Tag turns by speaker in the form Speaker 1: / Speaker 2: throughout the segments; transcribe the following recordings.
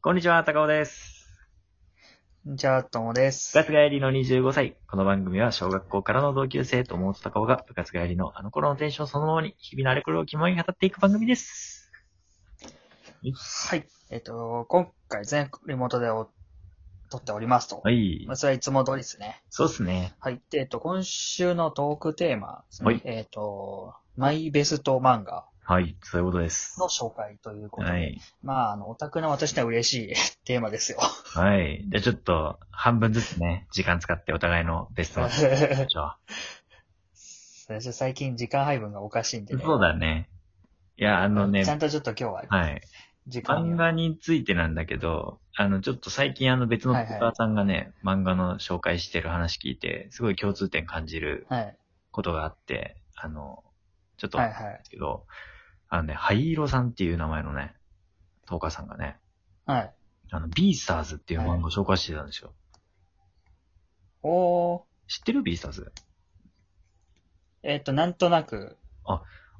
Speaker 1: こんにちは、高尾です。
Speaker 2: じゃあ、ともです。
Speaker 1: 部活帰りの25歳。この番組は小学校からの同級生と思うと高尾が部活帰りのあの頃のテンションそのままに日々のあれこれを肝に語っていく番組です。
Speaker 2: はい。えっ、と、今回全国リモートでお撮っておりますと。
Speaker 1: はい
Speaker 2: まあ、。それはいつも通りですね。
Speaker 1: そうっすね。
Speaker 2: はい。で、えっ、と、今週のトークテーマですね。
Speaker 1: はい
Speaker 2: えっ、と、マイベスト漫画
Speaker 1: はい。そういうことです。
Speaker 2: の紹介ということで。
Speaker 1: はい。
Speaker 2: まあ、あの、オタクの私には嬉しい テーマですよ。
Speaker 1: はい。じゃあちょっと、半分ずつね、時間使ってお互いのベストをしましょ
Speaker 2: 私最近時間配分がおかしいんで
Speaker 1: う。
Speaker 2: ね。
Speaker 1: そうだね。いや、あのね
Speaker 2: ち、ゃんとちょっと今日は
Speaker 1: はい。
Speaker 2: 時間を
Speaker 1: 漫画についてなんだけど、あの、ちょっと最近あの別の
Speaker 2: はいはい
Speaker 1: ペーパーさんがね、漫画の紹介してる話聞いて、すごい共通点感じる
Speaker 2: はい。
Speaker 1: ことがあって、あの、ちょっと、
Speaker 2: はい
Speaker 1: で
Speaker 2: はい。
Speaker 1: すけど、あのね、灰色さんっていう名前のね、トーカーさんがね、
Speaker 2: はい。
Speaker 1: あの、ビースターズっていう漫画を紹介してたんですよ。
Speaker 2: おー。
Speaker 1: 知ってるビースターズ
Speaker 2: えっ、と、なんとなく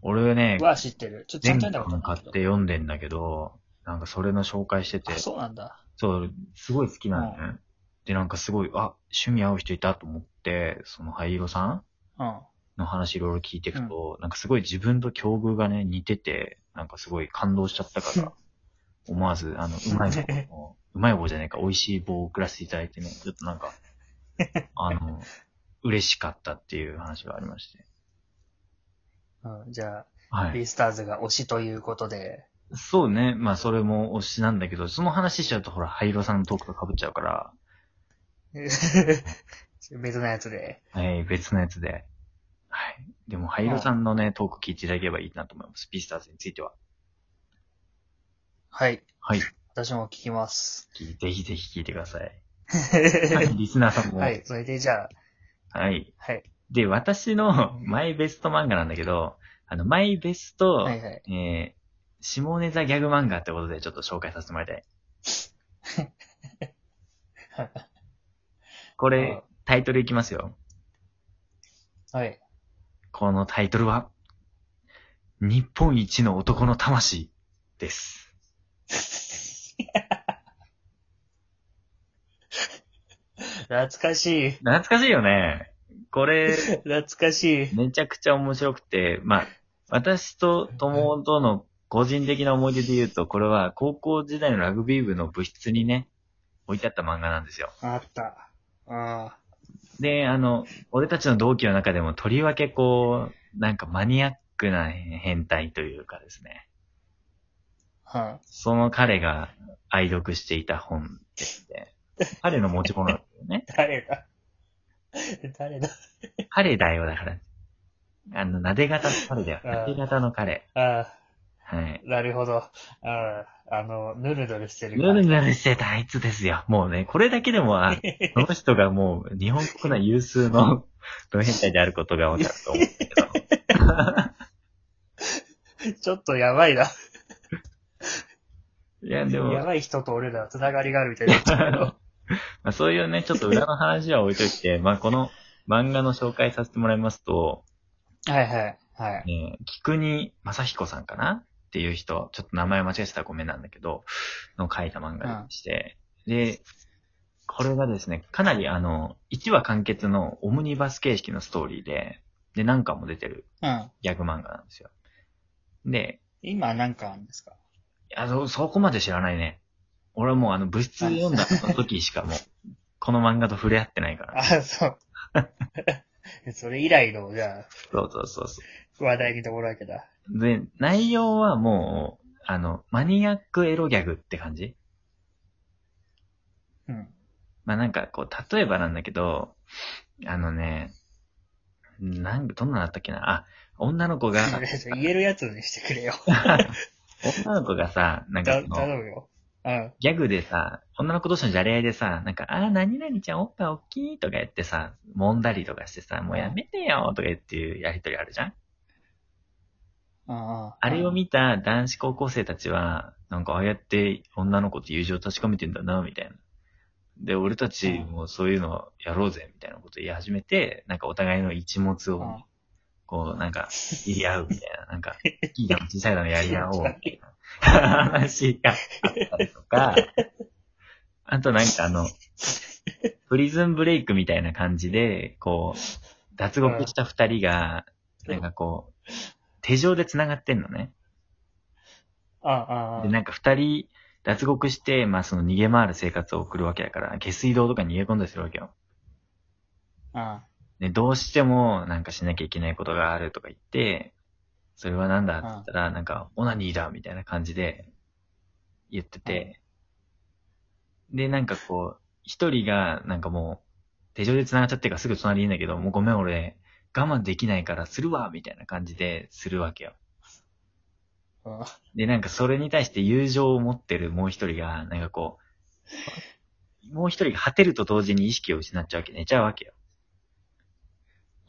Speaker 1: 俺ね、
Speaker 2: は知ってる。ちょっとちゃん
Speaker 1: 全
Speaker 2: と
Speaker 1: 巻
Speaker 2: 読んだこ
Speaker 1: 買
Speaker 2: とな
Speaker 1: っ
Speaker 2: いけ
Speaker 1: て
Speaker 2: ど。
Speaker 1: 読んでんだけど、なんかそれの紹介してて
Speaker 2: あ、、そうなんだ。
Speaker 1: そう、すごい好きなのね。で、なんかすごい、あ、趣味合う人いたと思って、その灰色さん
Speaker 2: うん。
Speaker 1: の話いろいろ聞いていくと、なんかすごい自分と境遇がね、似てて、なんかすごい感動しちゃった から、思わず、あの、うまい棒を、 うまい棒じゃねえか、美味しい棒を送らせていただいてね、ちょっとなん か、あの、嬉しかったっていう話がありまして。
Speaker 2: うん、じゃ
Speaker 1: は
Speaker 2: あ、ビ
Speaker 1: い。
Speaker 2: ースターズが推しということで、
Speaker 1: そうね。まあ、それも推しなんだけど、その話しちゃうと、ほら、灰色さんのトークと被っちゃうから、
Speaker 2: 別のやつで。
Speaker 1: はい、別のやつで。はい。でも、ハイロさんのね、トーク聞いていただければいいなと思います。ビースターズについては。
Speaker 2: はい。
Speaker 1: はい。
Speaker 2: 私も聞きます。
Speaker 1: ぜひぜひ聞いてくださ い。は、
Speaker 2: はい
Speaker 1: リスナーさんも。はい。
Speaker 2: い。それでじゃあ、はい。
Speaker 1: で、私のマイベスト漫画なんだけど、あの、マイベスト、
Speaker 2: はいはい。
Speaker 1: えー、下ネタギャグ漫画ってことでちょっと紹介させてもらいたい。これ、タイトルいきますよ。
Speaker 2: はい。
Speaker 1: このタイトルは、日本一の男の魂です。
Speaker 2: 懐かしい。
Speaker 1: 懐かしいよね。これ、
Speaker 2: 懐かしい。
Speaker 1: めちゃくちゃ面白くて、まあ、私と友との個人的な思い出で言うと、これは高校時代のラグビー部の部室にね、置いてあった漫画なんですよ。
Speaker 2: あった。あ
Speaker 1: で、あの、俺たちの同期の中でも、とりわけこう、なんかマニアックな変態というかですね、
Speaker 2: あ。は
Speaker 1: その彼が愛読していた本でして、彼の持ち物なんですよね
Speaker 2: い。。誰だ 誰だ
Speaker 1: 彼だよ、だから。あの、撫で型の彼だよ。
Speaker 2: あ
Speaker 1: 撫
Speaker 2: ー
Speaker 1: で型の彼。
Speaker 2: あ
Speaker 1: はい。
Speaker 2: あ、なるほど。ああ、あの、ぬるぬるしてる
Speaker 1: ぬるぬるしてたあいつですよ。もうね、これだけでも、あこの人がもう日本国内有数の 文変態であることが分かると思うんだけど。
Speaker 2: ちょっとやばい
Speaker 1: い
Speaker 2: な。
Speaker 1: や、で
Speaker 2: や
Speaker 1: も、
Speaker 2: ばい人と俺らはつながりがあるみたいになっ ちゃうけど。
Speaker 1: まあ、そういうね、ちょっと裏の話は置いといて、まあ、この漫画の紹介させてもらいますと、
Speaker 2: はいはい。はい。
Speaker 1: ね、菊に正彦さんかなっていう人、ちょっと名前間違えてたらごめんなんだけど、の書いた漫画でして、で、これがですね、かなりあの、1話完結のオムニバス形式のストーリーで、で、何巻も出てる
Speaker 2: うん。
Speaker 1: ギャグ漫画なんですよ。で、
Speaker 2: 今なんかあるんですか
Speaker 1: あの、そこまで知らないね。俺はもうあの、物質読んだその時しかもう、この漫画と触れ合ってないから。
Speaker 2: あ、そう。 それ以来の、じゃ
Speaker 1: そうそうそうそ
Speaker 2: あ、話題にところわけだ。
Speaker 1: う。で、内容はもう、あの、マニアックエロギャグって感じ
Speaker 2: うん。
Speaker 1: まあなんかこう、例えばなんだけど、あのね、なんどんなのだったっけなあ、女の子 が、
Speaker 2: 言えるやつにしてくれよ。
Speaker 1: 女の子がさ、なんか
Speaker 2: だ
Speaker 1: その
Speaker 2: 頼むよ。うん。
Speaker 1: ギャグでさ、女の子同士のじゃれ合いでさ、なんか、あー、何々ちゃんおっぱいおっきいとか言ってさ、揉んだりとかしてさ、もうやめてよとか言っていうやりとりあるじゃん
Speaker 2: ああ
Speaker 1: あれを見た男子高校生たちは、なんかああやって女の子と友情を確かめてんだな、みたいな。で、俺たちもそういうのやろうぜ、みたいなこと言い始めて、なんかお互いの一物
Speaker 2: う
Speaker 1: を
Speaker 2: ん、
Speaker 1: こう、なんか、入れ合うみたいな、なん か、大きいだの小さいだのやり合おう、みたいな話があったりとか、あとなんかあの、プリズンブレイクみたいな感じで、こう、脱獄した二人が、
Speaker 2: うん
Speaker 1: なんかこう、手錠で繋がってんのね。
Speaker 2: ああ、あ
Speaker 1: で、なんか二人、脱獄して、まあその逃げ回る生活を送るわけだから、下水道とかに逃げ込んだりするわけよ。
Speaker 2: あ、あ
Speaker 1: で、どうしてもなんかしなきゃいけないことがあるとか言って、それはなんだって言ったら、なんか、オナニーだみたいな感じで言ってて、で、なんかこう、一人がなんかもう、手錠で繋がっちゃってるからすぐ隣にいるんだけど、もうごめん俺、我慢できないからするわみたいな感じでするわけよ。
Speaker 2: あ、あ
Speaker 1: で、なんかそれに対して友情を持ってるもう一人が、なんかこう、もう一人が果てると同時に意識を失っちゃうわけ、寝ちゃうわけよ。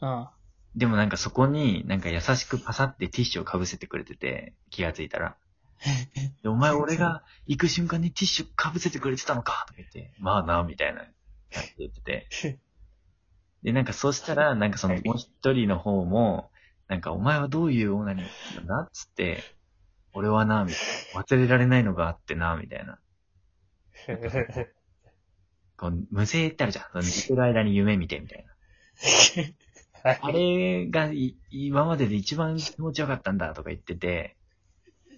Speaker 2: あ、
Speaker 1: でもなんかそこになんか優しくパサってティッシュをかぶせてくれてて、気がついたら。でお前俺が行く瞬間にティッシュかぶせてくれてたのかとか言って、まあな、みたいな感じで言ってて。で、なんかそうしたら、なんかそのもう一人の方も、なんかお前はどういう女になんだっつって、俺はな、みたいな。忘れられないのがあってな、みたいな。こう無声ってあるじゃん。その寝てる間に夢見て、みたいな。あれがい今までで一番気持ちよかったんだとか言ってて、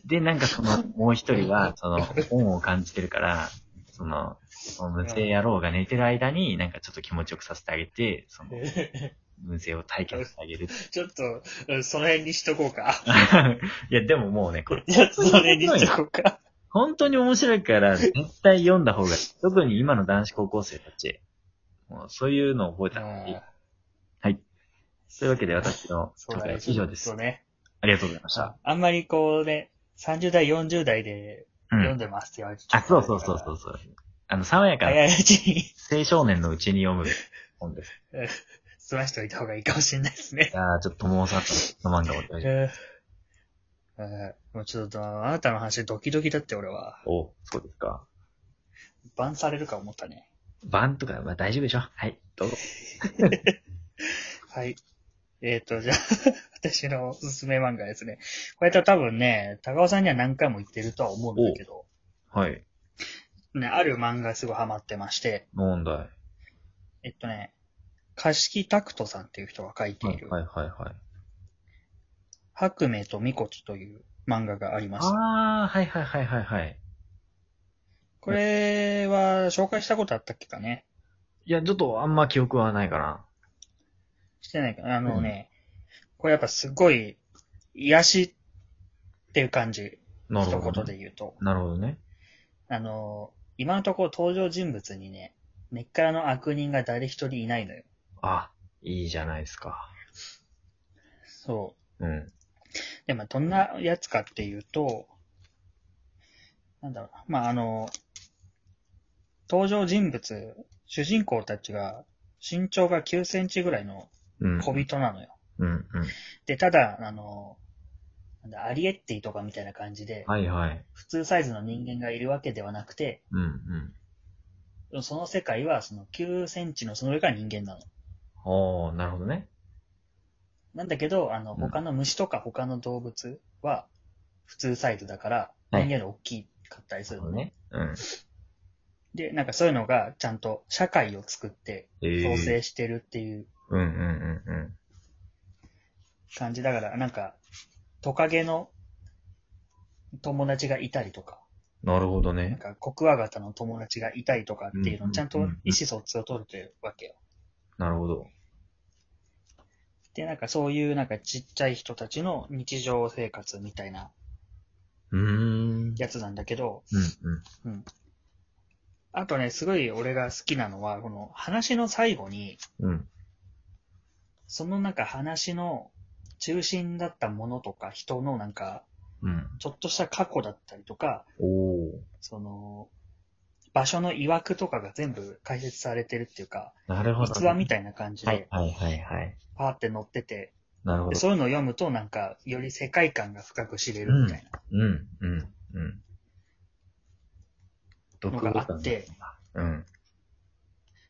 Speaker 1: で、なんかそ の、もう一人は、その、恩を感じてるから、その、その無声野郎が寝てる間に、なんかちょっと気持ちよくさせてあげて、その、無声を体験してあ げる。
Speaker 2: ちょっと、うんその辺にしとこうか。
Speaker 1: いや、でももうね、これ、
Speaker 2: じゃあ、その辺にしとこうか。
Speaker 1: 本当に面白いから、絶対読んだ方がいい。特に今の男子高校生たち、もうそういうのを覚えた方がいい。というわけで、私の
Speaker 2: そう
Speaker 1: 紹
Speaker 2: だ
Speaker 1: 介は
Speaker 2: ね。
Speaker 1: 以上です
Speaker 2: そう。ね。
Speaker 1: ありがとうございました。
Speaker 2: あんまりこうね、30代、40代で
Speaker 1: う
Speaker 2: 読ん
Speaker 1: ん。
Speaker 2: でますって言われて、
Speaker 1: あ、そうそうそうそう。そう。あの、爽やかな
Speaker 2: 早いうちに
Speaker 1: 青少年のうちに読む本です。
Speaker 2: 済ましておいた方がいいかもしれないですね。
Speaker 1: じゃあ、ちょっと友さんの漫画をお願いします。
Speaker 2: えーえーもうちょっと、あなたの話ドキドキだって俺は。
Speaker 1: お、そうですか。
Speaker 2: バンされるか思ったね。
Speaker 1: バンとか、まあ大丈夫でしょはい、どうぞ。
Speaker 2: はい。えっ、と、じゃあ、 私のおすすめ漫画ですね。これと多分ね、高尾さんには何回も言ってるとは思うんだけど、
Speaker 1: はい。
Speaker 2: ね、ある漫画すごいハマってまして、
Speaker 1: 問題。
Speaker 2: えっとね、貸木拓人さんっていう人が書いている、
Speaker 1: いはいはい。
Speaker 2: 白明とみこちという漫画があります。
Speaker 1: あー、はいはいはいはいはい。
Speaker 2: これは紹介したことあったっけかね
Speaker 1: いや、ちょっとあんま記憶はないかな。
Speaker 2: してないかな。あのね、これやっぱすごい癒しっていう感じ。
Speaker 1: なる
Speaker 2: 一
Speaker 1: ほど、
Speaker 2: 言
Speaker 1: ね。
Speaker 2: で言うと。
Speaker 1: なるほどね。
Speaker 2: あの、今のところ登場人物にね、根っからの悪人が誰一人いないのよ。
Speaker 1: あ、いいじゃないですか。
Speaker 2: そ
Speaker 1: うん。
Speaker 2: う。で、まあ、どんなやつかっていうと、なんだろうな。まあ、あの、登場人物、主人公たちが身長が9センチぐらいの
Speaker 1: うん。
Speaker 2: 小人なのよ。
Speaker 1: うんうん。
Speaker 2: で、ただ、あの、なんだアリエッティとかみたいな感じで、
Speaker 1: はいはい。
Speaker 2: 普通サイズの人間がいるわけではなくて、
Speaker 1: うんうん。
Speaker 2: その世界はその9センチのその上が人間なの。
Speaker 1: おー、なるほどね。
Speaker 2: なんだけど、あの、
Speaker 1: うん
Speaker 2: 他の虫とか他の動物は普通サイズだから、
Speaker 1: はい
Speaker 2: 人間より大きかったりす
Speaker 1: なる
Speaker 2: る
Speaker 1: ほ
Speaker 2: の
Speaker 1: ど
Speaker 2: ね。
Speaker 1: ね。うん。
Speaker 2: で、なんかそういうのがちゃんと社会を作って
Speaker 1: えー
Speaker 2: 創生してるっていう
Speaker 1: うんうんうんうん。
Speaker 2: 感じだから、なんかトカゲの友達がいたりとか、
Speaker 1: なるほど
Speaker 2: なん
Speaker 1: ね。
Speaker 2: かコクワガタの友達がいたりとかっていう
Speaker 1: う
Speaker 2: の
Speaker 1: ん
Speaker 2: ちゃんと意思疎通を取れてるわけよ。
Speaker 1: なるほど。
Speaker 2: で、なんかそういうなんかちっちゃい人たちの日常生活みたいな
Speaker 1: うーん。
Speaker 2: やつなんだけど、
Speaker 1: うんうん。
Speaker 2: あとね、すごい俺が好きなのは、この話の最後に、
Speaker 1: うん。
Speaker 2: そのなんか話の中心だったものとか人のなんか、
Speaker 1: うん。
Speaker 2: ちょっとした過去だったりとか、
Speaker 1: おお。
Speaker 2: その、場所の曰くとかが全部解説されてるっていうか、
Speaker 1: なるほど、
Speaker 2: 逸話みたいな感じ
Speaker 1: はい
Speaker 2: で、
Speaker 1: はいはいはい。
Speaker 2: パーって載ってて、
Speaker 1: なるほ
Speaker 2: で
Speaker 1: ど。
Speaker 2: そういうのを読むとなんか、より世界観が深く知れるみたいな
Speaker 1: うん、うん、うん。
Speaker 2: のがあって、
Speaker 1: うん。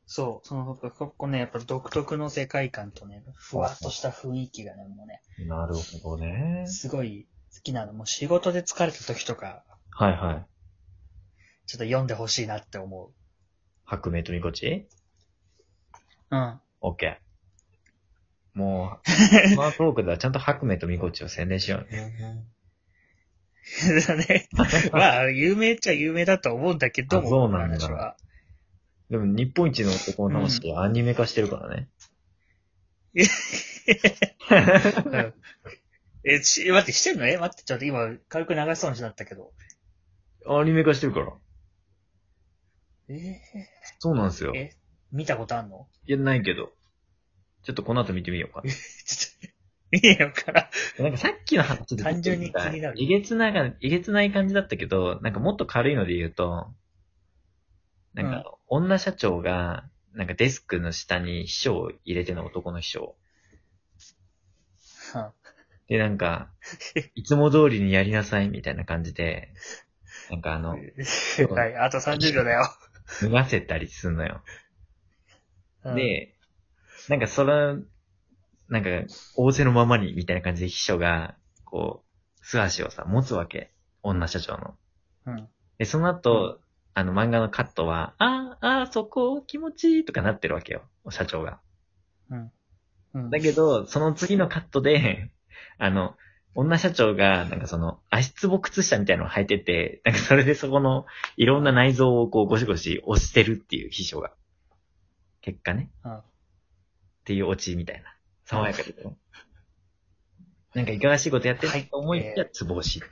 Speaker 2: そう、その、ここね、やっぱ独特の世界観とね、ふわっとした雰囲気がね、もうね、
Speaker 1: なるほどね。
Speaker 2: すごい好きなの。もう仕事で疲れた時とか、
Speaker 1: はいはい。
Speaker 2: ちょっと読んでほしいなって思う。
Speaker 1: 白明とみこち
Speaker 2: うん。
Speaker 1: オッケー。も う、スマートークではちゃんと白明とみこちを宣伝しようね。
Speaker 2: だ ね。まあ、有名っちゃ有名だと思うんだけども、
Speaker 1: あそうなんだ
Speaker 2: この話は。
Speaker 1: でも日本一の男の話、アニメ化してるから ね。
Speaker 2: うんえ、ち、待って、してるのえ、待って、ちょっと今、軽く流しそうにしなったけど。
Speaker 1: アニメ化してるから。
Speaker 2: え
Speaker 1: そうなんですよ。
Speaker 2: え見たことあんの
Speaker 1: いや、ないけど。ちょっとこの後見てみようか。
Speaker 2: ちょっと、見えよから。
Speaker 1: なんかさっきの話ちょっと
Speaker 2: 単純に気になる
Speaker 1: えげつないが、えげつない感じだったけど、なんかもっと軽いので言うと、なんか、女社長が、なんかデスクの下に秘書を入れてるの男の秘書を。
Speaker 2: うん
Speaker 1: で、なんか、いつも通りにやりなさいみたいな感じで、なんかあの、
Speaker 2: はい、あと30秒だよ。
Speaker 1: 脱がせたりすんのよ。
Speaker 2: うん、
Speaker 1: で、なんかその、なんか、仰せのままに、みたいな感じで秘書が、こう、素足をさ、持つわけ。女社長の。
Speaker 2: うん。
Speaker 1: で、その後、あの漫画のカットは、ああ、ああ、そこ、気持ちいいとかなってるわけよ。社長が。
Speaker 2: うん。
Speaker 1: だけど、その次のカットで、 あの、女社長が、なんかその、足つぼ靴下みたいなのを履いてて、なんかそれでそこの、いろんな内臓をこう、ゴシゴシ押してるっていう秘書が。結果ね。
Speaker 2: うん
Speaker 1: っていうオチみたいな。爽やかで。なんかいかがしいことやって
Speaker 2: は
Speaker 1: る
Speaker 2: い
Speaker 1: と思いきや、
Speaker 2: え
Speaker 1: つぼ押し。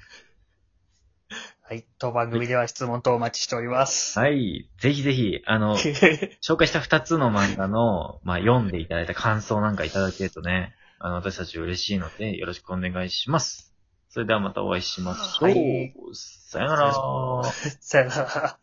Speaker 2: はい、当番組では質問等お待ちしております。
Speaker 1: はい。ぜひぜひ、あの、紹介した二つの漫画の、まあ、読んでいただいた感想なんかいただけるとね、あの、私たち嬉しいので、よろしくお願いします。それではまたお会いしましょう。
Speaker 2: はい
Speaker 1: さよなら。
Speaker 2: さよなら。